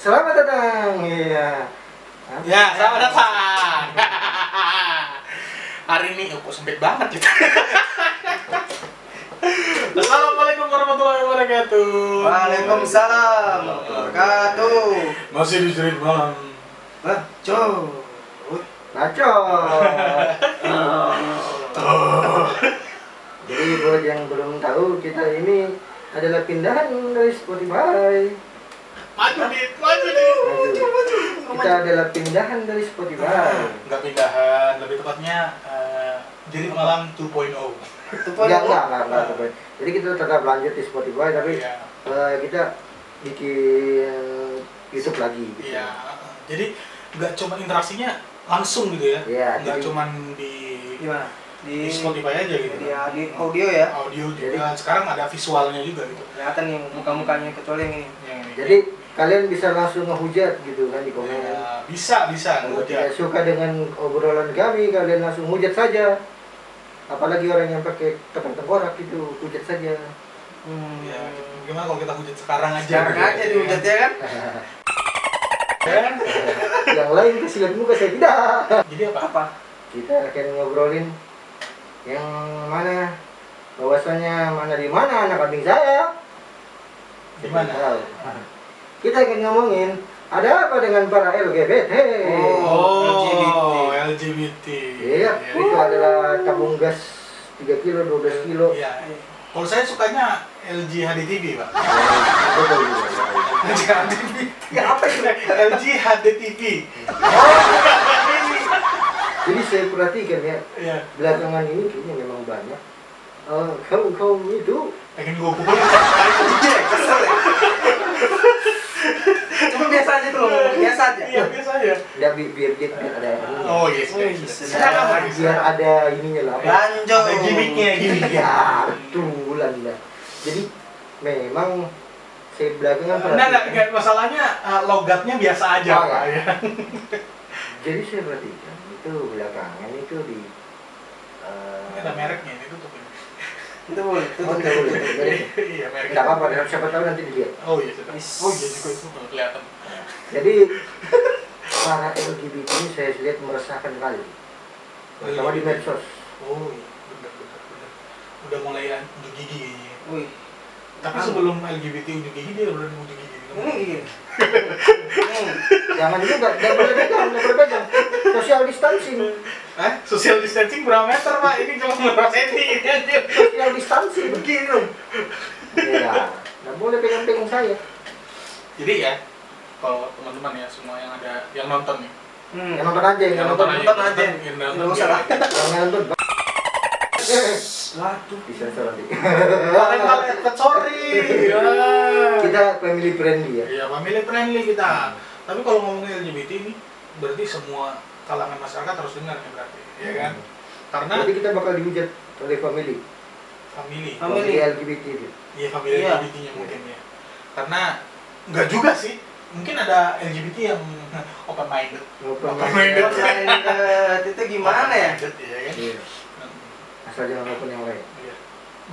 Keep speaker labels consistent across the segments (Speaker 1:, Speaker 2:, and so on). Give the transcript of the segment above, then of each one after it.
Speaker 1: Selamat datang. Iya. Hah?
Speaker 2: Ya, selamat datang. Hari ini oh, kok sempit banget ya? kita. Assalamualaikum warahmatullahi wabarakatuh.
Speaker 1: Waalaikumsalam. Wabarakatuh.
Speaker 2: Masih di street bang.
Speaker 1: Wah, co. Naco. Jadi buat yang belum tahu kita ini adalah pindahan dari Spotify.
Speaker 2: Maju di, maju di, maju, maju.
Speaker 1: Kita adalah pindahan dari Spotify.
Speaker 2: Enggak pindahan, lebih tepatnya eh, jadi malam 2.0.
Speaker 1: Ya enggak, enggak, enggak, enggak. Jadi kita tetap lanjut di Spotify tapi
Speaker 2: Iya.
Speaker 1: eh, kita bikin YouTube lagi. gitu.
Speaker 2: Iya. Jadi nggak cuma interaksinya langsung gitu ya.
Speaker 1: Iya,
Speaker 2: Nggak
Speaker 1: jadi-
Speaker 2: cuma di
Speaker 3: gimana
Speaker 2: di
Speaker 3: di
Speaker 2: Spotify aja gitu.
Speaker 3: di, di audio ya
Speaker 2: Audio
Speaker 1: Jadi-
Speaker 2: juga. Sekarang ada visualnya juga gitu.
Speaker 3: kelihatan nih muka-mukanya kecuali yang ini
Speaker 2: Yang ini.
Speaker 1: Jadi kalian bisa langsung ngehujat gitu kan di komen.
Speaker 2: Ya, bisa bisa
Speaker 1: Kalau tidak
Speaker 2: ngehujat.
Speaker 1: suka dengan obrolan kami, kalian langsung hujat saja. Apalagi orang yang pakai tepung tengkorak itu hujat saja.
Speaker 3: hmm.
Speaker 2: Ya, gimana kalau kita hujat sekarang aja? Iya.
Speaker 3: jarang aja di ya kan
Speaker 2: Ya.
Speaker 1: yang lain kesian muka saya tidak.
Speaker 2: Jadi apa?
Speaker 3: apa
Speaker 1: Kita akan ngobrolin yang mana bahwasanya mana di mana anak kambing saya.
Speaker 2: Di mana?
Speaker 1: Tahu. Kita akan ngomongin ada apa dengan para LGBT.
Speaker 2: Oh, LGBT.
Speaker 1: Iya, itu adalah tabung gas 3 kilo, 12 kilo.
Speaker 2: Iya. Kalau saya sukanya LG HDTV, Pak.
Speaker 1: Itu tahu juga.
Speaker 2: LG HDTV.
Speaker 3: ya apa itu
Speaker 2: LG HDTV.
Speaker 1: Jadi saya perhatikan ya,
Speaker 2: Iya.
Speaker 1: belakangan ini kayaknya memang banyak eh, kaum-kaum itu
Speaker 2: Pengen gue pukul. Iya,
Speaker 3: kesel ya cuma biasa aja tuh ngomong, biasa aja
Speaker 2: Iya, biasa aja.
Speaker 1: nggak bi- biar dia biar ada ininya.
Speaker 2: Oh, yes.
Speaker 3: Wih,
Speaker 2: yes.
Speaker 3: sedap.
Speaker 2: Silakan,
Speaker 1: biar
Speaker 2: silakan.
Speaker 1: ada ininya lah. apa?
Speaker 3: lanjut
Speaker 2: Ada gimmicknya, gimmicknya.
Speaker 1: Ya, betul Anda. Jadi memang saya belakangan
Speaker 2: Nah, nah,
Speaker 1: perhatikan.
Speaker 2: nggak, masalahnya eh, logatnya biasa aja,
Speaker 1: Oh,
Speaker 2: Pak.
Speaker 1: iya.
Speaker 2: ya.
Speaker 1: Jadi saya perhatikan itu belakangan itu di eh,
Speaker 2: Ada mereknya, ini tutupin.
Speaker 3: itu boleh itu
Speaker 1: Oh,
Speaker 3: tuh
Speaker 1: nggak boleh, nggak boleh.
Speaker 2: Iya, mereknya.
Speaker 1: Nggak apa-apa, siapa tahu nanti dilihat.
Speaker 2: Oh iya sudah.
Speaker 3: Is.
Speaker 2: Oh iya juga itu nggak kelihatan.
Speaker 1: Jadi para LGBT ini saya lihat meresahkan kali.
Speaker 2: iya,
Speaker 1: Terutama di medsos.
Speaker 2: Oh iya, benar benar benar. Udah mulai unjuk gigi kayaknya.
Speaker 3: wih
Speaker 2: Tapi
Speaker 3: Apa?
Speaker 2: sebelum LGBT unjuk gigi dia udah unjuk gigi. gitu.
Speaker 3: Ah. ini gini Ini.
Speaker 1: Jangan juga, jangan boleh pegang, jangan boleh pegang. Social distancing.
Speaker 2: Hah? Social distancing berapa meter pak? Ini cuma berapa senti ini anjir.
Speaker 1: social distancing
Speaker 3: begini dong
Speaker 1: ya nggak boleh pegang-pegang saya
Speaker 2: Jadi ya, kalau teman-teman ya semua yang ada yang nonton nih.
Speaker 3: hmm.
Speaker 1: yang nonton aja yang nonton
Speaker 3: nonton aja.
Speaker 2: Yang
Speaker 3: Nggak
Speaker 2: nonton ya.
Speaker 3: usah lah.
Speaker 2: aja.
Speaker 1: yang nonton Eh,
Speaker 3: waduh
Speaker 1: bisa nanti
Speaker 2: Kalian kalian eh, sorry. Ya.
Speaker 1: kita family friendly ya
Speaker 2: Iya, family friendly kita. Tapi kalau ngomongin LGBT ini berarti semua kalangan masyarakat harus dengar ya berarti, ya kan? Karena
Speaker 1: jadi kita bakal dihujat oleh family
Speaker 2: family,
Speaker 3: Family.
Speaker 1: family LGBT itu
Speaker 2: iya family
Speaker 3: Iya.
Speaker 2: LGBT-nya mungkin ya. Karena nggak juga sih, mungkin ada LGBT yang open minded.
Speaker 1: Open
Speaker 2: Open
Speaker 1: minded.
Speaker 2: minded.
Speaker 3: Kerjain, eh, itu gimana ya
Speaker 2: Open-minded, Iya kan?
Speaker 1: Iya. asal jangan open yang lain
Speaker 2: Iya.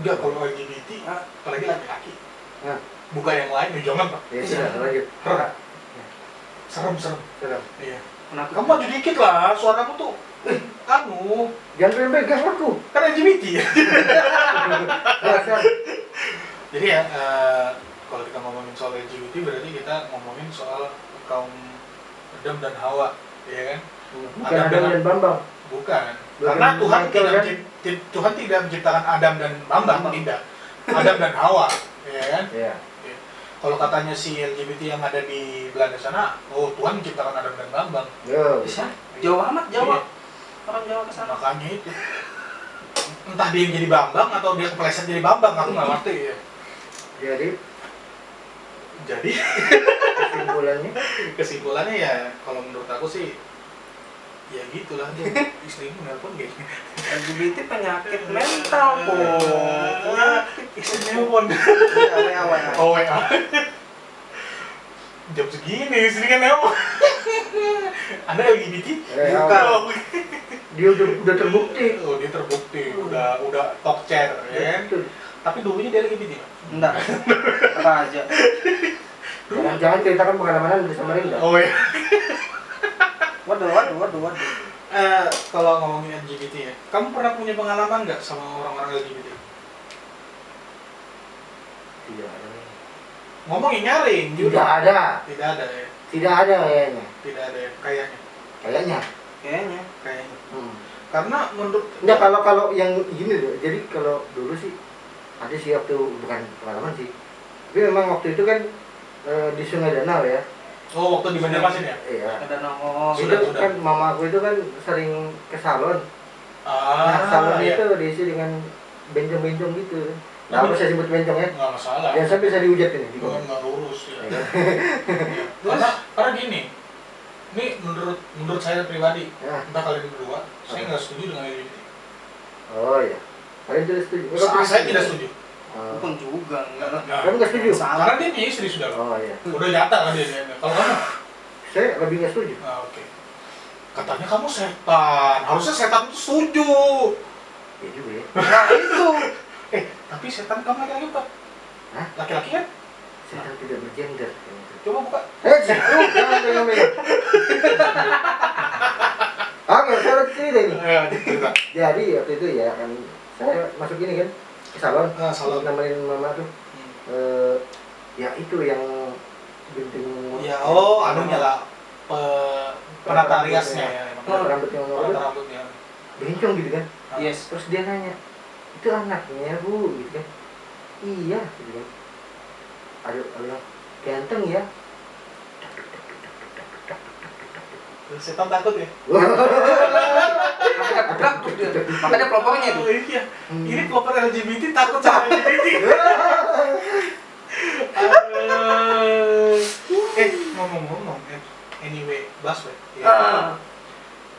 Speaker 2: Udah kalau LGBT,
Speaker 3: Ah.
Speaker 2: apalagi laki-laki, Iya.
Speaker 1: nah
Speaker 2: buka yang lain, ya jangan pak.
Speaker 1: ya sudah lanjut
Speaker 2: Hah. Serem serem.
Speaker 1: Sudah.
Speaker 2: Iya.
Speaker 3: kenapa
Speaker 2: Kamu maju dikit lah, suaramu tuh. Eh, anu,
Speaker 1: jangan pengen pegang aku
Speaker 2: kan LGBT ya.
Speaker 1: Dasar.
Speaker 2: Jadi ya, eh, kalau kita ngomongin soal LGBT berarti kita ngomongin soal kaum Adam dan Hawa, ya kan?
Speaker 1: bukan Adam dan Bambang
Speaker 2: Bukan.
Speaker 1: Bukan
Speaker 2: Karena Tuhan
Speaker 1: Michael,
Speaker 2: tidak
Speaker 1: kan?
Speaker 2: mencipt- ti- Tuhan tidak menciptakan Adam dan Bambang,
Speaker 3: Bambang.
Speaker 2: tidak. Adam dan Hawa, ya kan?
Speaker 1: ya
Speaker 2: Kalau katanya si LGBT yang ada di Belanda sana, oh Tuhan menciptakan Adam dan Bambang.
Speaker 1: yo
Speaker 3: bisa jauh amat
Speaker 2: Iya.
Speaker 3: Jawa orang Jawa kesana
Speaker 2: Makanya itu. Entah dia yang jadi Bambang atau dia kepleset jadi Bambang, aku nggak ngerti ya.
Speaker 1: jadi
Speaker 2: Jadi
Speaker 1: kesimpulannya
Speaker 2: kesimpulannya ya kalau menurut aku sih ya gitulah tuh istrimu nelpon gak
Speaker 3: LGBT penyakit mental
Speaker 2: Hmm.
Speaker 3: Iya,
Speaker 2: Iya, istrinya
Speaker 3: kok penyakit
Speaker 2: nelpon
Speaker 3: awal
Speaker 2: oh wa jam segini istri kan nelpon anda LGBT
Speaker 1: Eh,
Speaker 3: Bukan.
Speaker 1: awal. dia udah, udah terbukti
Speaker 2: oh dia terbukti udah udah talk chair ya kan
Speaker 1: Betul.
Speaker 2: tapi dulunya dia LGBT Pak.
Speaker 3: enggak apa aja
Speaker 1: Jangan jangan ceritakan pengalaman anda di Samarinda.
Speaker 2: Oh ya.
Speaker 3: Waduh, waduh, waduh, waduh.
Speaker 2: Eh, kalau ngomongin LGBT ya, kamu pernah punya pengalaman nggak sama orang-orang LGBT?
Speaker 1: Tidak ada.
Speaker 2: Ngomongin nyaring,
Speaker 1: Iya. Tidak ada.
Speaker 2: Tidak ada ya,
Speaker 1: Tidak ada kayaknya.
Speaker 2: tidak ada ya, kayaknya,
Speaker 1: Kayaknya.
Speaker 3: Kayaknya.
Speaker 2: kayaknya.
Speaker 1: Hmm.
Speaker 2: Karena menurut
Speaker 1: Nggak, kalau kalau yang gini loh. Jadi kalau dulu sih ada sih waktu bukan pengalaman sih. Tapi memang waktu itu kan eh, di Sungai Danau ya.
Speaker 2: Oh, waktu di Banjarmasin ya?
Speaker 1: Iya.
Speaker 3: Ada nongol.
Speaker 1: itu
Speaker 2: Oh, Sudah, sudah.
Speaker 1: kan mama aku itu kan sering ke salon. Nah,
Speaker 2: Ah,
Speaker 1: salon
Speaker 2: iya.
Speaker 1: itu diisi dengan bencong-bencong gitu. Nah,
Speaker 2: Tapi-
Speaker 1: apa saya sebut bencong ya?
Speaker 2: nggak masalah.
Speaker 1: Ya saya bisa dihujat ini. di
Speaker 2: Bukan
Speaker 1: komen.
Speaker 2: nggak lurus ya.
Speaker 1: Ya.
Speaker 3: Terus?
Speaker 2: karena, karena gini, ini menurut menurut saya pribadi,
Speaker 1: Ya.
Speaker 2: entah kalian berdua, saya nggak setuju dengan LGBT.
Speaker 1: Oh iya. Kalian tidak setuju?
Speaker 2: Saya, saya tidak setuju.
Speaker 1: Oh.
Speaker 3: Bukan juga, enggak lah.
Speaker 2: Nggak.
Speaker 1: Kamu nggak setuju?
Speaker 3: Salah.
Speaker 2: Karena dia punya istri sudah loh.
Speaker 1: Oh iya.
Speaker 2: Udah nyata kan dia. dia- dia. Kalau kamu,
Speaker 1: Saya lebih nggak setuju.
Speaker 2: ah, oke. Katanya kamu setan. Harusnya setan itu setuju.
Speaker 1: Ya juga ya.
Speaker 3: Nah, itu.
Speaker 2: Eh, tapi setan kamu laki-laki apa?
Speaker 1: Hah?
Speaker 2: Laki-laki kan?
Speaker 1: Saya kan tidak bergender.
Speaker 2: Coba buka.
Speaker 1: Eh, situ jangan pegang pegang. Oke, Ah, saya harus cerita ini.
Speaker 2: Eh,
Speaker 1: gitu.
Speaker 2: cerita.
Speaker 1: Jadi waktu itu ya kan saya masuk ini kan ke salon.
Speaker 2: Ah, salon.
Speaker 1: nemenin mama tuh.
Speaker 2: Hmm.
Speaker 1: Eh, ya itu yang genting.
Speaker 2: Ya, oh, anunya lah. Pe, penata riasnya ya.
Speaker 3: Iya,
Speaker 2: emang.
Speaker 1: Penata rambutnya mama
Speaker 2: Penata
Speaker 1: tuh,
Speaker 2: rambutnya.
Speaker 1: bencong gitu kan.
Speaker 3: Yes.
Speaker 1: terus dia nanya itu anaknya bu gitu kan iya gitu kan aduh Allah ganteng ya
Speaker 2: Setan takut ya?
Speaker 3: Takut dia. Makanya pelopornya itu.
Speaker 2: Oh, iya.
Speaker 1: "Hmm."
Speaker 2: Ini koper LGBT takut sama LGBT. Aduh. eh, ngomong-ngomong, eh, anyway, Baswe, ya,
Speaker 3: Ah.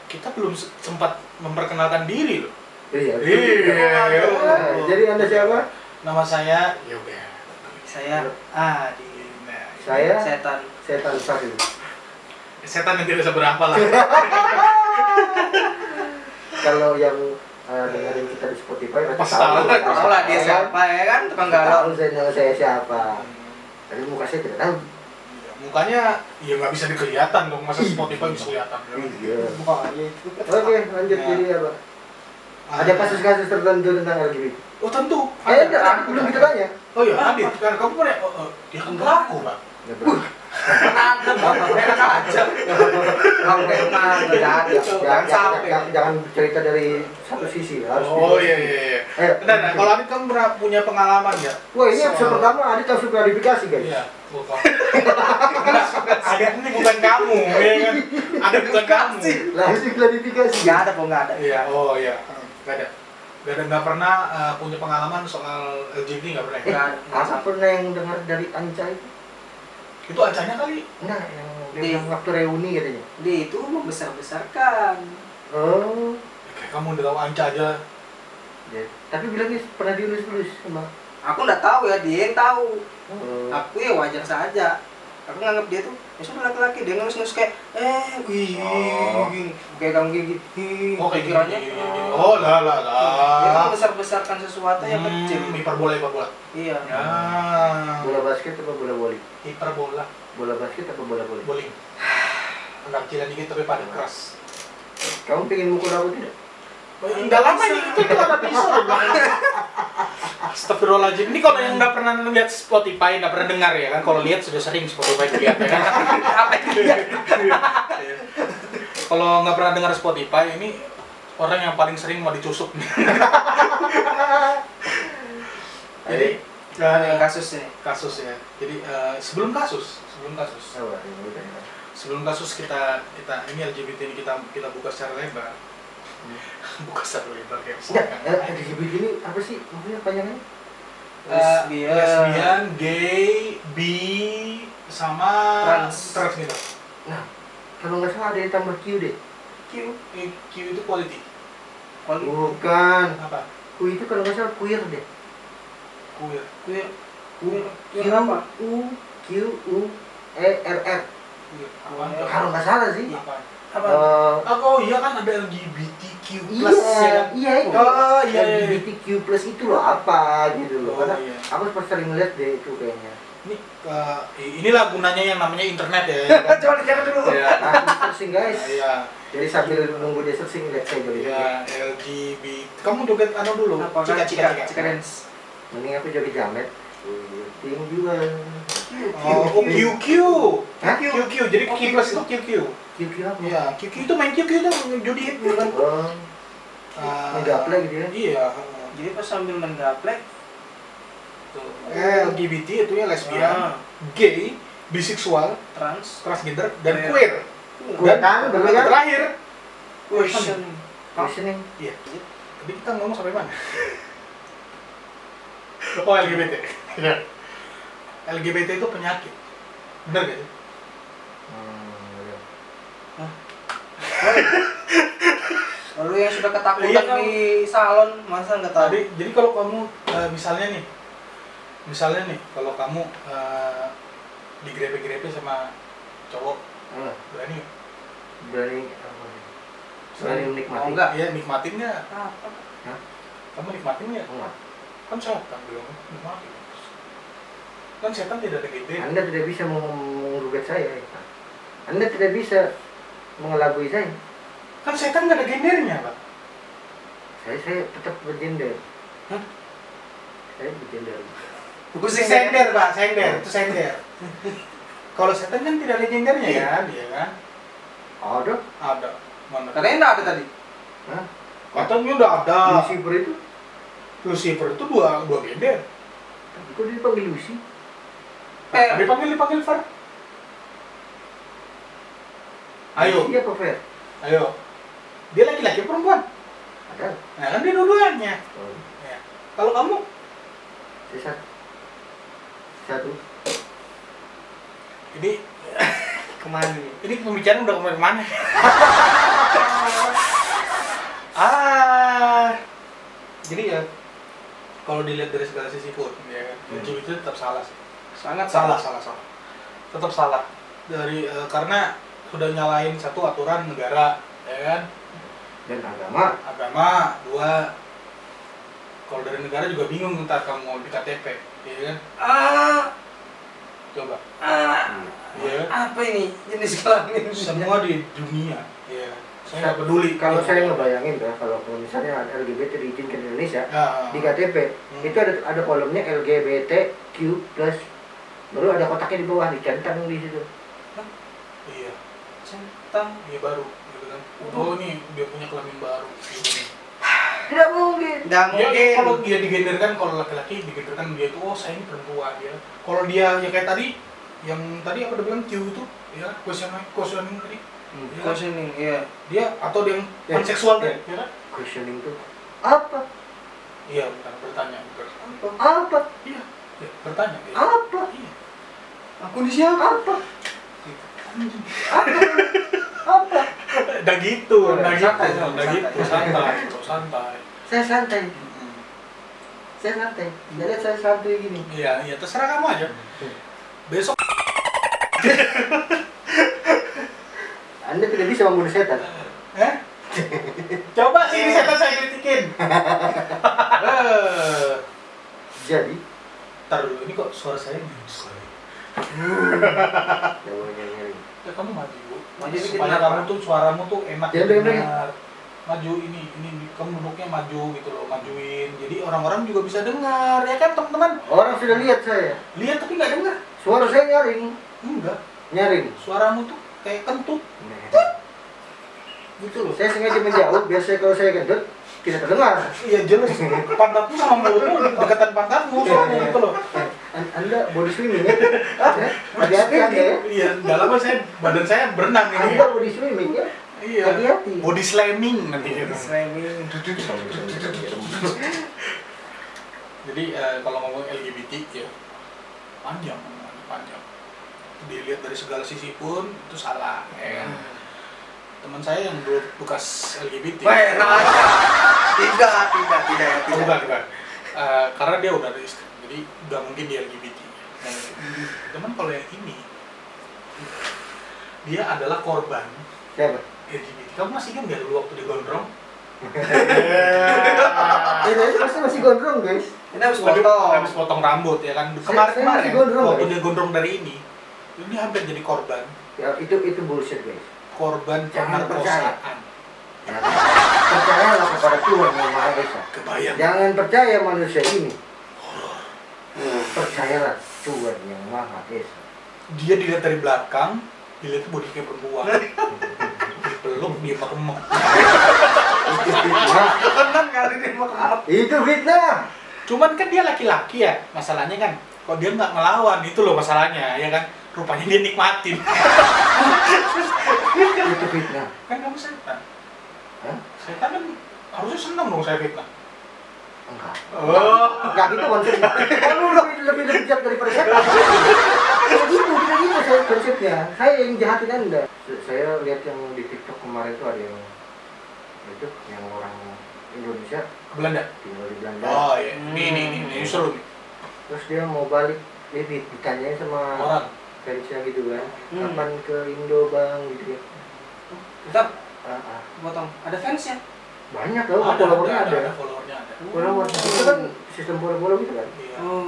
Speaker 2: kita belum se- sempat memperkenalkan diri loh.
Speaker 1: iya
Speaker 3: Iya.
Speaker 1: Nah, jadi anda siapa
Speaker 2: Nama saya Yoga.
Speaker 3: Saya Adi.
Speaker 1: Saya?
Speaker 3: Setan.
Speaker 1: setan Fahri
Speaker 2: Setan yang tidak seberapa lah.
Speaker 1: kalau yang eh, dengerin kita di Spotify pasti
Speaker 2: Pasti
Speaker 1: tahu
Speaker 2: tahu.
Speaker 1: Tahu
Speaker 3: Tahu lah dia
Speaker 1: kan?
Speaker 3: siapa ya kan? Tukang
Speaker 1: tahu
Speaker 3: galau.
Speaker 1: saya nama saya siapa
Speaker 2: Hmm,
Speaker 1: tapi muka saya tidak tahu
Speaker 2: iya, mukanya ya nggak bisa dikelihatan dong masa Spotify bisa kelihatan
Speaker 1: Iya.
Speaker 2: Mukanya itu
Speaker 1: oke lanjut
Speaker 2: Ya.
Speaker 1: jadi apa ada kasus-kasus tertentu tentang LGBT
Speaker 2: oh tentu
Speaker 1: eh enggak belum kita tanya
Speaker 2: oh iya ada kan kamu pernah oh, oh, dia kan pelaku pak
Speaker 3: Kenapa? Enak aja. Kalau memang enggak ada.
Speaker 1: jangan
Speaker 3: Jangan sampai.
Speaker 1: jangan- jangan cerita dari satu sisi harus
Speaker 2: oh
Speaker 1: gitu.
Speaker 2: iya iya iya
Speaker 1: Ayo,
Speaker 2: nah, nah kalau Adit kamu pernah punya pengalaman ya
Speaker 1: wah ini episode
Speaker 2: Soal-
Speaker 1: pertama ada langsung klarifikasi guys
Speaker 2: Iya, bukan. Karena Adit ini bukan kamu, ya kan? Adit bukan kamu.
Speaker 3: Sih.
Speaker 1: langsung klarifikasi
Speaker 3: Enggak ada kok enggak ada.
Speaker 2: Iya, oh iya. Gak ada. Gak ada, gak pernah eh, punya pengalaman soal LGBT gak pernah ya?
Speaker 1: eh
Speaker 3: Nggak ada.
Speaker 1: aku pernah yang dengar dari Anca itu
Speaker 2: Itu acanya kali.
Speaker 1: nah yang dia
Speaker 3: Di-
Speaker 1: bilang waktu reuni katanya
Speaker 3: Dia itu membesar-besarkan.
Speaker 1: oh
Speaker 2: Kayak kamu udah tahu anca aja.
Speaker 1: ya. tapi bilangnya pernah diurus-urus sama
Speaker 3: Aku enggak tahu ya, dia yang tahu.
Speaker 1: oh.
Speaker 3: Aku ya wajar saja. Aku nganggap dia tuh ya sudah laki-laki dia ngelus-ngelus kayak eh wih
Speaker 1: Oh.
Speaker 3: gini. kayak kamu gini gini.
Speaker 2: Oh kayak Iya, gini,
Speaker 3: Pikirannya,
Speaker 2: gini, gini. Oh lah lah
Speaker 3: Dia
Speaker 2: lah.
Speaker 3: kan besar-besarkan sesuatu yang kecil.
Speaker 2: Hmm, hiperbola, hiperbola.
Speaker 3: Iya.
Speaker 2: Ya.
Speaker 1: bola basket apa bola voli
Speaker 2: Hiperbola,
Speaker 1: bola basket apa bola voli
Speaker 2: bowling. Anak kecil dikit tapi padat keras.
Speaker 1: kamu pengen mukul aku tidak
Speaker 2: Enggak lama ini itu tuh ada pisau. Astagfirullahaladzim. Ini kalau yang nggak pernah lihat Spotify, nggak pernah dengar ya kan? Kalau lihat sudah sering Spotify dilihat ya kan?
Speaker 3: Apa itu?
Speaker 2: Kalau nggak pernah dengar Spotify ini orang yang paling sering mau dicusuk. Jadi
Speaker 3: Yang
Speaker 2: eh,
Speaker 3: kasus ini.
Speaker 2: kasus ya. Jadi eh, sebelum kasus, sebelum kasus,
Speaker 1: Sabar, yang udah, ya.
Speaker 2: sebelum kasus kita kita ini LGBT ini kita kita buka secara lebar. buka secara lebar kayak
Speaker 1: Enggak,
Speaker 2: misalkan.
Speaker 1: eh, LGBT ini apa sih? Maksudnya panjangnya?
Speaker 3: Lesbian.
Speaker 2: lesbian, lesbian, gay, bi, sama
Speaker 3: Trans.
Speaker 2: gitu.
Speaker 1: Nah, kalau nggak salah ada yang tambah Q deh.
Speaker 3: Q.
Speaker 2: Eh, Q itu quality.
Speaker 3: Kalau
Speaker 2: Oh.
Speaker 1: Bukan.
Speaker 2: Apa?
Speaker 1: Q itu kalau nggak salah queer deh.
Speaker 2: Queer.
Speaker 3: queer
Speaker 2: Oh.
Speaker 1: U Q
Speaker 3: Queer apa?
Speaker 1: U Q U E R R.
Speaker 2: Queer. Apaan tuh?
Speaker 1: Kalau nggak salah sih.
Speaker 2: Apaan?
Speaker 3: apa?
Speaker 1: Eh,
Speaker 2: Ah, Oh iya kan ada LGBTQ
Speaker 1: iya,
Speaker 2: plus ya kan?
Speaker 1: iya itu.
Speaker 2: Oh iya. iya.
Speaker 1: LGBTQ plus itu loh apa gitu loh.
Speaker 2: Oh,
Speaker 1: Karena
Speaker 2: iya.
Speaker 1: aku sempat sering lihat deh itu kayaknya.
Speaker 2: ini eh, inilah gunanya yang namanya internet ya. ya kan?
Speaker 3: coba dicari dulu
Speaker 2: Ya,
Speaker 1: Nah, aku searching guys.
Speaker 2: Iya,
Speaker 1: Jadi sambil nunggu dia searching, lihat saya joget.
Speaker 2: iya, LGB. Kamu joget anu dulu,
Speaker 3: apa
Speaker 2: cika cika
Speaker 3: cika
Speaker 2: cika.
Speaker 3: cika dance
Speaker 1: Mending aku joget jamet. Ting juga.
Speaker 2: Oh, oh, QQ.
Speaker 1: Hah?
Speaker 2: QQ. Jadi
Speaker 3: Oh,
Speaker 2: Q plus itu QQ.
Speaker 1: QQ apa?
Speaker 2: Iya, QQ itu main QQ itu judi bukan?
Speaker 1: Oh,
Speaker 2: Ah,
Speaker 1: menggaple gitu ya.
Speaker 2: Iya.
Speaker 3: jadi pas sambil menggaplek tuh
Speaker 2: eh, LGBT itu ya lesbian,
Speaker 3: Ah,
Speaker 2: gay, biseksual,
Speaker 3: trans
Speaker 2: transgender dan
Speaker 3: Iya.
Speaker 2: queer.
Speaker 1: Queer
Speaker 2: Dan
Speaker 1: kan, bener kan?
Speaker 2: terakhir.
Speaker 3: question
Speaker 1: Listening.
Speaker 2: Iya. Tadi kita ngomong sampai mana? oh LGBT. Iya. LGBT itu penyakit. Benar gak? sih?
Speaker 1: Hmm, iya.
Speaker 3: lalu yang sudah ketakutan
Speaker 2: Iya.
Speaker 3: di salon masa nggak tahu
Speaker 2: Tadi, jadi kalau kamu eh, misalnya nih, misalnya nih, kalau kamu eh, digrepe-grepe sama cowok
Speaker 1: Ah,
Speaker 2: berani nggak?
Speaker 1: berani apa? Berani
Speaker 3: mau
Speaker 1: menikmati.
Speaker 3: nggak
Speaker 2: Iya nikmatin nggak?
Speaker 3: Apa?
Speaker 2: Kamu nikmatin nggak?
Speaker 1: Enggak.
Speaker 2: Kan setan belum nikmatin. Kan setan tidak ada gitu.
Speaker 1: Anda tidak bisa meng- menggugat saya. Anda tidak bisa mengelabui saya.
Speaker 2: Kan setan nggak ada gendernya, Pak.
Speaker 1: Saya saya tetap bergender.
Speaker 2: Hah?
Speaker 1: Saya bergender.
Speaker 2: Musik sender pak,
Speaker 1: Hmm.
Speaker 2: sender, itu sender. Kalau setan kan tidak ada gendernya
Speaker 1: Iya.
Speaker 2: kan, iya kan?
Speaker 1: Ada.
Speaker 2: Ada. Mana?
Speaker 3: katanya nggak ada tadi
Speaker 1: Hah?
Speaker 2: Katanya udah ada.
Speaker 1: Lucifer itu?
Speaker 2: Lucifer itu dua dua gender.
Speaker 1: Tapi kok dia dipanggil Lucy?
Speaker 3: eh
Speaker 2: Tapi panggil dipanggil Fer. Ayo,
Speaker 1: Iya, Pak Fer.
Speaker 2: ayo. Dia laki-laki perempuan.
Speaker 1: Ada.
Speaker 2: Nah kan dia dua-duanya.
Speaker 1: Oh,
Speaker 2: Kalau kamu
Speaker 1: Saya satu. Satu.
Speaker 2: ini
Speaker 3: kemana nih
Speaker 2: ini pembicaraan udah kemana mana? ah, jadi ya kalau dilihat dari segala sisi pun, ya kan,
Speaker 1: Hmm.
Speaker 2: LGBT itu tetap salah sih.
Speaker 3: sangat
Speaker 2: salah salah salah tetap salah dari eh, karena sudah nyalain satu aturan negara ya kan
Speaker 1: Dan agama.
Speaker 2: agama dua kalau dari negara juga bingung ntar kamu mau di KTP ya kan
Speaker 3: ah
Speaker 2: coba
Speaker 3: ah
Speaker 2: ya kan?
Speaker 3: apa ini jenis kelamin
Speaker 2: semua di dunia ya kan? saya nggak peduli Iya.
Speaker 1: Kalau saya ngebayangin ya, kalau misalnya LGBT diizinkan di Indonesia,
Speaker 2: Nah,
Speaker 1: di KTP, itu ada ada kolomnya LGBTQ+, baru ada kotaknya di bawah, dicentang di situ.
Speaker 2: iya
Speaker 3: centang
Speaker 2: iya baru gitu kan
Speaker 1: Hmm.
Speaker 2: oh ini dia punya kelamin baru gitu kan.
Speaker 1: Tidak mungkin.
Speaker 3: nggak
Speaker 2: Dia-
Speaker 3: mungkin
Speaker 2: Iya, kalau dia digenderkan kalau laki-laki digenderkan dia itu oh saya ini perempuan ya. Kalau dia ya kayak tadi yang tadi apa dia bilang Q itu ya question questioning tadi Iya kan?
Speaker 1: Hmm.
Speaker 3: questioning ya
Speaker 2: dia atau dia yang
Speaker 1: Ya.
Speaker 2: panseksual
Speaker 1: Ya.
Speaker 2: tadi ya kan?
Speaker 1: Questioning tuh apa?
Speaker 2: Iya bentar, bertanya bentar.
Speaker 3: apa
Speaker 1: Apa?
Speaker 2: Ya, bertanya. Ya.
Speaker 1: Apa?
Speaker 2: Iya.
Speaker 3: aku ini siapa
Speaker 1: Apa? Apa? Apa?
Speaker 2: Dah gitu,
Speaker 1: Udah,
Speaker 2: dah gitu,
Speaker 3: santai,
Speaker 2: dah
Speaker 3: santai.
Speaker 2: gitu, santai, bro, santai.
Speaker 1: Saya santai,
Speaker 2: Mm-mm.
Speaker 1: saya santai. Jadi saya santai gini.
Speaker 2: Iya, iya terserah kamu aja. Besok
Speaker 1: Anda tidak bisa membunuh setan.
Speaker 2: Eh? Coba sih ini setan saya kritikin. Eh.
Speaker 1: Jadi,
Speaker 2: Ntar dulu, ini kok suara saya nyaris sekali.
Speaker 1: jawabannya nyeri.
Speaker 2: Ya kamu maju, Bu.
Speaker 3: Maju dikit,
Speaker 2: supaya
Speaker 3: kenapa?
Speaker 2: kamu tuh suaramu tuh enak
Speaker 1: Ya, udah, udah,
Speaker 2: didengar. Maju ini, ini di- kamu duduknya maju gitu loh, majuin. Jadi orang-orang juga bisa dengar, ya kan teman-teman?
Speaker 1: Orang sudah lihat saya.
Speaker 2: Lihat tapi nggak dengar.
Speaker 1: Suara saya nyaring,
Speaker 2: Enggak,
Speaker 1: nyaring. Nah.
Speaker 2: suaramu tuh kayak kentut gitu loh.
Speaker 1: Saya sengaja menjauh, biasanya kalau saya gendut tidak terdengar.
Speaker 2: Iya jelas, pantatmu sama mulutmu deketan pantatmu soalnya gitu loh.
Speaker 1: Eh, An- Anda body swimming ya? Ya? Hati-hati Anda ya.
Speaker 2: Iya, dalam saya badan saya berenang ini.
Speaker 1: Anda body swimming ya?
Speaker 2: Iya.
Speaker 1: Hati-hati.
Speaker 2: Body slamming nanti gitu.
Speaker 3: slamming
Speaker 2: Jadi eh, kalau ngomong LGBT ya panjang, omongannya, panjang. Dilihat dari segala sisi pun itu salah. Ya.
Speaker 1: Hmm.
Speaker 2: kan? Teman saya yang dulu bekas LGBT.
Speaker 3: Weh, enak aja. tidak tidak tidak
Speaker 2: Oh,
Speaker 3: tidak
Speaker 2: bukan, bukan. Eh, karena dia udah ada istri, jadi nggak mungkin dia LGBT. Nggak mungkin. Cuman kalau yang ini, dia adalah korban
Speaker 1: Siapa?
Speaker 2: LGBT. Kamu masih ingat nggak dulu waktu di Gondrong?
Speaker 1: Saya pasti masih gondrong guys.
Speaker 3: Eh, ini harus
Speaker 2: Waduh,
Speaker 3: potong
Speaker 2: habis potong rambut ya kan.
Speaker 1: saya
Speaker 2: Kemarin-kemarin
Speaker 1: masih gondrong, ya.
Speaker 2: waktu
Speaker 1: guys.
Speaker 2: dia gondrong dari ini, ini hampir jadi korban,
Speaker 1: ya itu itu bullshit guys
Speaker 2: korban
Speaker 1: Jangan percaya.
Speaker 2: pemerkosaan.
Speaker 1: Jangan percaya. percayalah kepada Tuhan yang maha esa
Speaker 2: Kebayang.
Speaker 1: jangan percaya manusia ini percayalah Tuhan yang maha esa
Speaker 2: Dia dilihat dari belakang, dilihat bodi kayak perempuan. Dipeluk dia meremek.
Speaker 1: itu fitnah
Speaker 3: Tenang kali dia mau kemana
Speaker 1: itu fitnah
Speaker 2: Cuman kan dia laki-laki ya, masalahnya kan. Kok dia nggak ngelawan itu loh masalahnya, ya kan? Rupanya dia nikmatin.
Speaker 1: itu fitnah
Speaker 2: kan kamu setan.
Speaker 1: Hah?
Speaker 2: Setan kan harusnya seneng dong saya fitnah.
Speaker 1: enggak
Speaker 2: Oh.
Speaker 1: enggak gitu konsepnya kamu lebih lebih lebih jahat daripada saya ya gitu kita gitu saya konsepnya saya yang jahatin anda Se- saya lihat yang di TikTok kemarin itu ada yang itu yang orang Indonesia
Speaker 2: Ke Belanda.
Speaker 1: tinggal di Belanda
Speaker 2: Oh iya. Ini ini ini,
Speaker 1: Hmm.
Speaker 2: ini seru nih.
Speaker 1: terus dia mau balik dia di- ditanyain sama
Speaker 2: Orang.
Speaker 1: fansnya gitu kan
Speaker 3: Hmm.
Speaker 1: kapan ke Indo bang gitu ya
Speaker 3: tetap
Speaker 1: Ah, ah.
Speaker 3: potong ada fansnya
Speaker 2: ya?
Speaker 1: banyak loh followernya ada,
Speaker 2: ada followernya ada. Hmm.
Speaker 1: follower itu kan sistem follow-follow gitu kan
Speaker 2: Iya.
Speaker 3: Oh.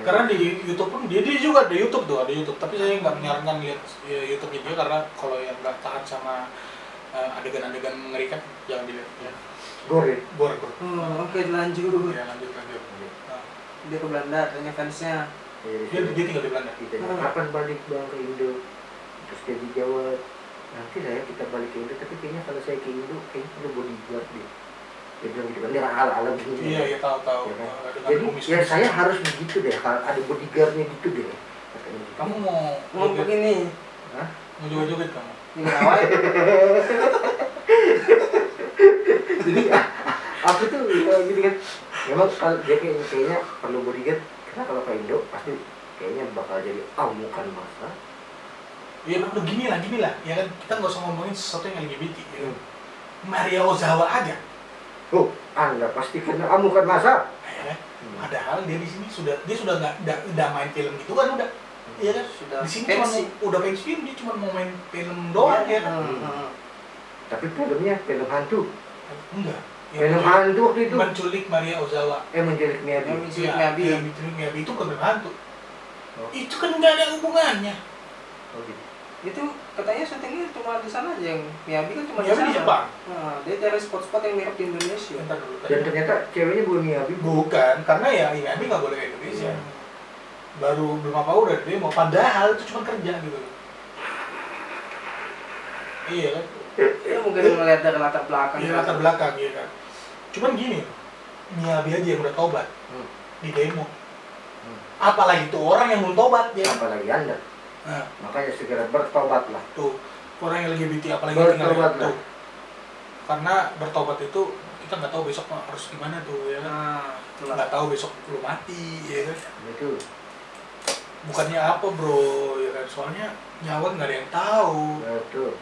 Speaker 2: Karena di YouTube pun dia, dia juga ada YouTube tuh, ada YouTube. Tapi saya nggak menyarankan lihat ya, YouTube-nya dia karena kalau yang nggak tahan sama eh, adegan-adegan mengerikan jangan dilihat.
Speaker 1: Iya.
Speaker 2: Ya.
Speaker 1: gore
Speaker 2: Bor, bor.
Speaker 3: Oh, oke lanjut
Speaker 2: Ya, lanjut lanjut. Nah,
Speaker 3: dia ke Belanda tanya fansnya
Speaker 1: Iya,
Speaker 2: dia, dia tinggal di Belanda.
Speaker 1: Ditanya, kapan balik bang ke Indo terus dia dijawab nanti saya kita balik ke Indo tapi kayaknya kalau saya ke Indo kayaknya udah bodyguard deh dia bilang gitu kan dia ala ala begini
Speaker 2: Iya, iya tahu tahu.
Speaker 1: Ya kan?
Speaker 2: Eh, Dengan
Speaker 1: jadi
Speaker 2: kumis.
Speaker 1: ya saya harus begitu deh kalau ada bodyguardnya gitu deh katanya gitu.
Speaker 2: Kamu mau
Speaker 3: mau
Speaker 2: joget,
Speaker 3: begini
Speaker 1: Hah?
Speaker 2: mau joget-joget kamu?
Speaker 3: ini awal
Speaker 1: jadi ah, aku tuh eh, gitu kan memang kalau dia kayak- kayaknya perlu bodyguard karena kalau ke Indo pasti kayaknya bakal jadi amukan masa
Speaker 2: Ya bener gini lah, gini lah. Ya kan kita nggak usah ngomongin sesuatu yang LGBT. Ya.
Speaker 1: Hmm.
Speaker 2: kan? Maria Ozawa ada.
Speaker 1: oh anda pasti kena amukan masa
Speaker 2: Ya kan? Padahal dia di sini sudah dia sudah nggak da- udah main film gitu kan udah. Iya kan?
Speaker 3: sudah
Speaker 2: di sini cuma
Speaker 3: pensi.
Speaker 2: mau- udah pensiun dia cuma mau main film doang
Speaker 1: Iya.
Speaker 2: ya, kan?
Speaker 3: Hmm, hmm.
Speaker 1: tapi filmnya film hantu
Speaker 2: Enggak. Ya,
Speaker 1: film hantu waktu itu
Speaker 2: menculik Maria Ozawa.
Speaker 1: eh menjelik
Speaker 3: Dia
Speaker 1: Miyabi
Speaker 3: menculik
Speaker 2: Ya,
Speaker 3: Nabi.
Speaker 2: ya, menculik Miyabi itu bukan film hantu.
Speaker 1: Oh.
Speaker 2: Itu kan nggak ada hubungannya.
Speaker 1: Oh, gitu.
Speaker 3: Itu katanya syutingnya cuma di sana aja yang Miyabi kan cuma di
Speaker 2: Miyabi
Speaker 3: sana.
Speaker 2: di Jepang.
Speaker 1: Iya.
Speaker 3: Nah, dia cari spot-spot yang mirip di Indonesia.
Speaker 2: Bentar dulu.
Speaker 1: dan
Speaker 2: tadi.
Speaker 1: ternyata ceweknya bukan Miyabi bu
Speaker 2: Bukan, karena ya Miyabi nggak boleh ke Indonesia.
Speaker 1: Iya. Hmm.
Speaker 2: Baru belum apa udah demo. Padahal itu cuma kerja gitu. loh. Iya kan?
Speaker 3: Ya mungkin ngeliat dari latar belakang.
Speaker 1: Iya.
Speaker 2: Di latar belakang ya kan. Cuman gini, Miyabi aja yang udah tobat
Speaker 1: Hmm.
Speaker 2: di demo.
Speaker 1: Hmm.
Speaker 2: Apalagi itu orang yang belum tobat
Speaker 1: Iya.
Speaker 2: ya.
Speaker 1: apalagi anda Iya.
Speaker 2: Nah,
Speaker 1: makanya segera bertobatlah
Speaker 2: tuh orang yang LGBT apalagi
Speaker 1: Bertobat
Speaker 2: tinggal di
Speaker 1: lah.
Speaker 2: tuh. Karena bertobat itu kita nggak tahu besok harus gimana tuh ya kan.
Speaker 1: Ah,
Speaker 3: Nah, itulah.
Speaker 2: Nggak tahu besok lu mati ya kan.
Speaker 1: itu
Speaker 2: Bukannya apa bro ya kan. Soalnya nyawa nggak ada yang tahu.
Speaker 1: betul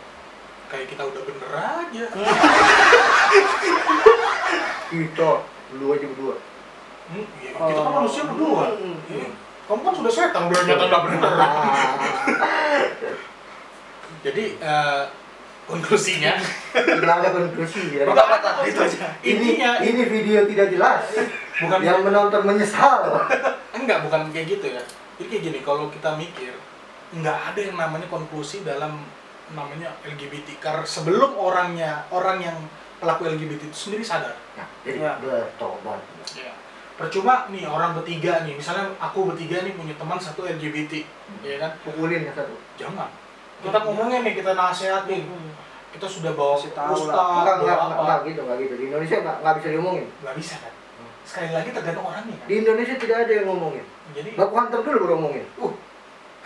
Speaker 2: Kayak kita udah bener aja.
Speaker 3: Hmm.
Speaker 1: kita lu aja berdua
Speaker 2: Hmm, iya. Kita kan manusia berdua.
Speaker 3: Hmm.
Speaker 2: Iya. Kamu kan sudah setan udah nyata nggak bener. Jadi eh, konklusinya
Speaker 1: tidak ada konklusi ya.
Speaker 2: Bukan apa-apa, itu aja.
Speaker 1: ini
Speaker 2: Intinya
Speaker 1: ini video tidak jelas
Speaker 2: bukan
Speaker 1: yang menonton menyesal
Speaker 2: enggak bukan kayak gitu ya. Jadi kayak gini kalau kita mikir nggak ada yang namanya konklusi dalam namanya LGBT karena sebelum orangnya orang yang pelaku LGBT itu sendiri sadar.
Speaker 1: nah, jadi
Speaker 3: Ya.
Speaker 1: bertobat
Speaker 2: Ya. Percuma nih orang bertiga nih, misalnya aku bertiga nih punya teman satu LGBT, ya kan?
Speaker 1: pukulin yang satu
Speaker 2: Jangan. Kita ngomongin nih, kita nasehatin. Kita sudah bawa
Speaker 3: Iya. Kasih tahu lah.
Speaker 1: enggak
Speaker 2: ustaz, bawa
Speaker 1: enggak enggak,
Speaker 2: Ah, apa.
Speaker 1: enggak gitu enggak gitu di Indonesia enggak enggak bisa diomongin
Speaker 2: Nggak bisa kan? Sekali lagi tergantung orangnya kan?
Speaker 1: di Indonesia tidak ada yang ngomongin
Speaker 2: Jadi
Speaker 1: baku hantam dulu baru ngomongin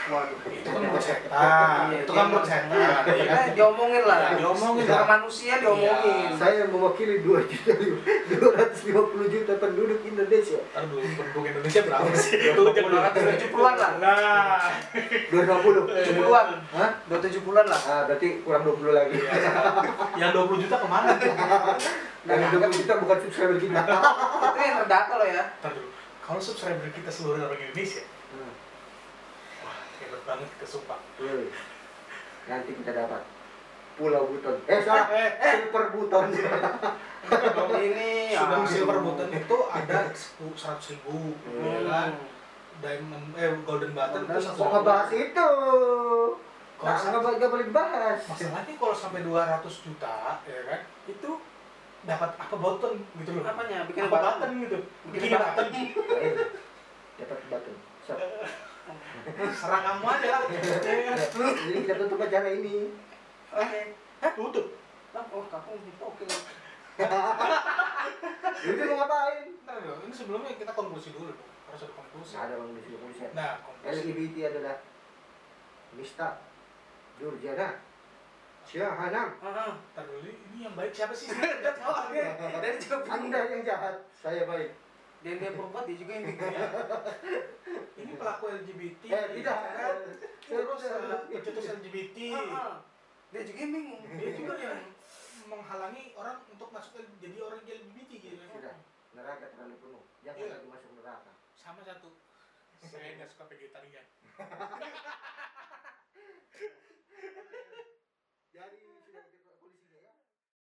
Speaker 3: Waduh.
Speaker 2: itu kan buat setan,
Speaker 3: Iya,
Speaker 2: itu kan
Speaker 3: iya.
Speaker 2: buat setan, ya kan?
Speaker 3: Eh, diomongin lah.
Speaker 2: Ya, diomongin
Speaker 3: Secara
Speaker 2: lah. Iya.
Speaker 3: manusia diomongin.
Speaker 1: saya mewakili 2 juta 250 juta penduduk Indonesia
Speaker 2: Ntar dulu penduduk Indonesia berapa sih?
Speaker 3: Iya,
Speaker 2: Lu jangan
Speaker 3: Dua ratus tujuh puluhan lah.
Speaker 2: Nah,
Speaker 3: Iya.
Speaker 1: 250
Speaker 3: 70-an.
Speaker 1: Hah?
Speaker 3: Dua tujuh puluhan lah.
Speaker 1: Ah, berarti kurang 20 lagi
Speaker 2: Iya. yang 20 juta kemana?
Speaker 1: dan 20 juta bukan subscriber kita
Speaker 3: Itu yang terdata loh ya.
Speaker 2: Ntar dulu, kalau subscriber kita seluruh orang Indonesia, wah hebat banget kita sumpah.
Speaker 1: Woi, nanti kita dapat Pulau Buton. Eh, salah.
Speaker 2: Eh, eh.
Speaker 1: Super Buton.
Speaker 3: ini
Speaker 2: Sedang
Speaker 3: ah,
Speaker 2: silver button itu ada seratus ribu,
Speaker 3: Hmm.
Speaker 2: ya
Speaker 3: Iya.
Speaker 2: kan? Diamond, eh golden button itu
Speaker 1: Mau
Speaker 2: satu
Speaker 1: ngebahas itu.
Speaker 2: Kalau
Speaker 1: Nah,
Speaker 2: satu-
Speaker 1: nggak nggak boleh dibahas.
Speaker 2: Masalahnya kalau sampai 200 juta, ya kan? Itu dapat apa button gitu loh.
Speaker 3: Apanya?
Speaker 2: apa
Speaker 3: Bikin button?
Speaker 2: button gitu.
Speaker 3: Bikin
Speaker 2: Bikin button.
Speaker 1: Eh, Dapat batu. So,
Speaker 2: Serang kamu aja lah. Ya kan?
Speaker 1: jadi kita tutup acara ini.
Speaker 3: oke
Speaker 2: Tutup.
Speaker 3: Eh, Lah, oh kamu oke
Speaker 1: Jadi mau ngapain?
Speaker 2: Bentar dulu, ini sebelumnya kita konklusi dulu dong. Harus ada konklusi.
Speaker 1: Nggak ada bang di sini polisian.
Speaker 2: Nah, konklusi.
Speaker 1: LGBT adalah Mista, Durjana, Syahanam.
Speaker 3: Ah,
Speaker 2: Bentar dulu, ini yang baik siapa sih? Nggak tahu aku.
Speaker 3: dari juga
Speaker 1: Anda yang jahat, saya baik.
Speaker 3: dan dia perempuan dia juga yang bikin
Speaker 2: Ini pelaku LGBT.
Speaker 1: Eh, tidak.
Speaker 2: kan? Terus
Speaker 1: Tidak.
Speaker 2: eh, pencetus LGBT.
Speaker 3: Ah, ah. dia juga yang bingung
Speaker 2: Dia juga yang menghalangi orang untuk masuk ke- jadi orang LGBT gitu.
Speaker 1: Sudah, neraka terlalu penuh. Jangan
Speaker 2: Iya.
Speaker 1: lagi masuk neraka.
Speaker 2: Sama satu. Saya nggak suka pegiat tarian.
Speaker 1: ya.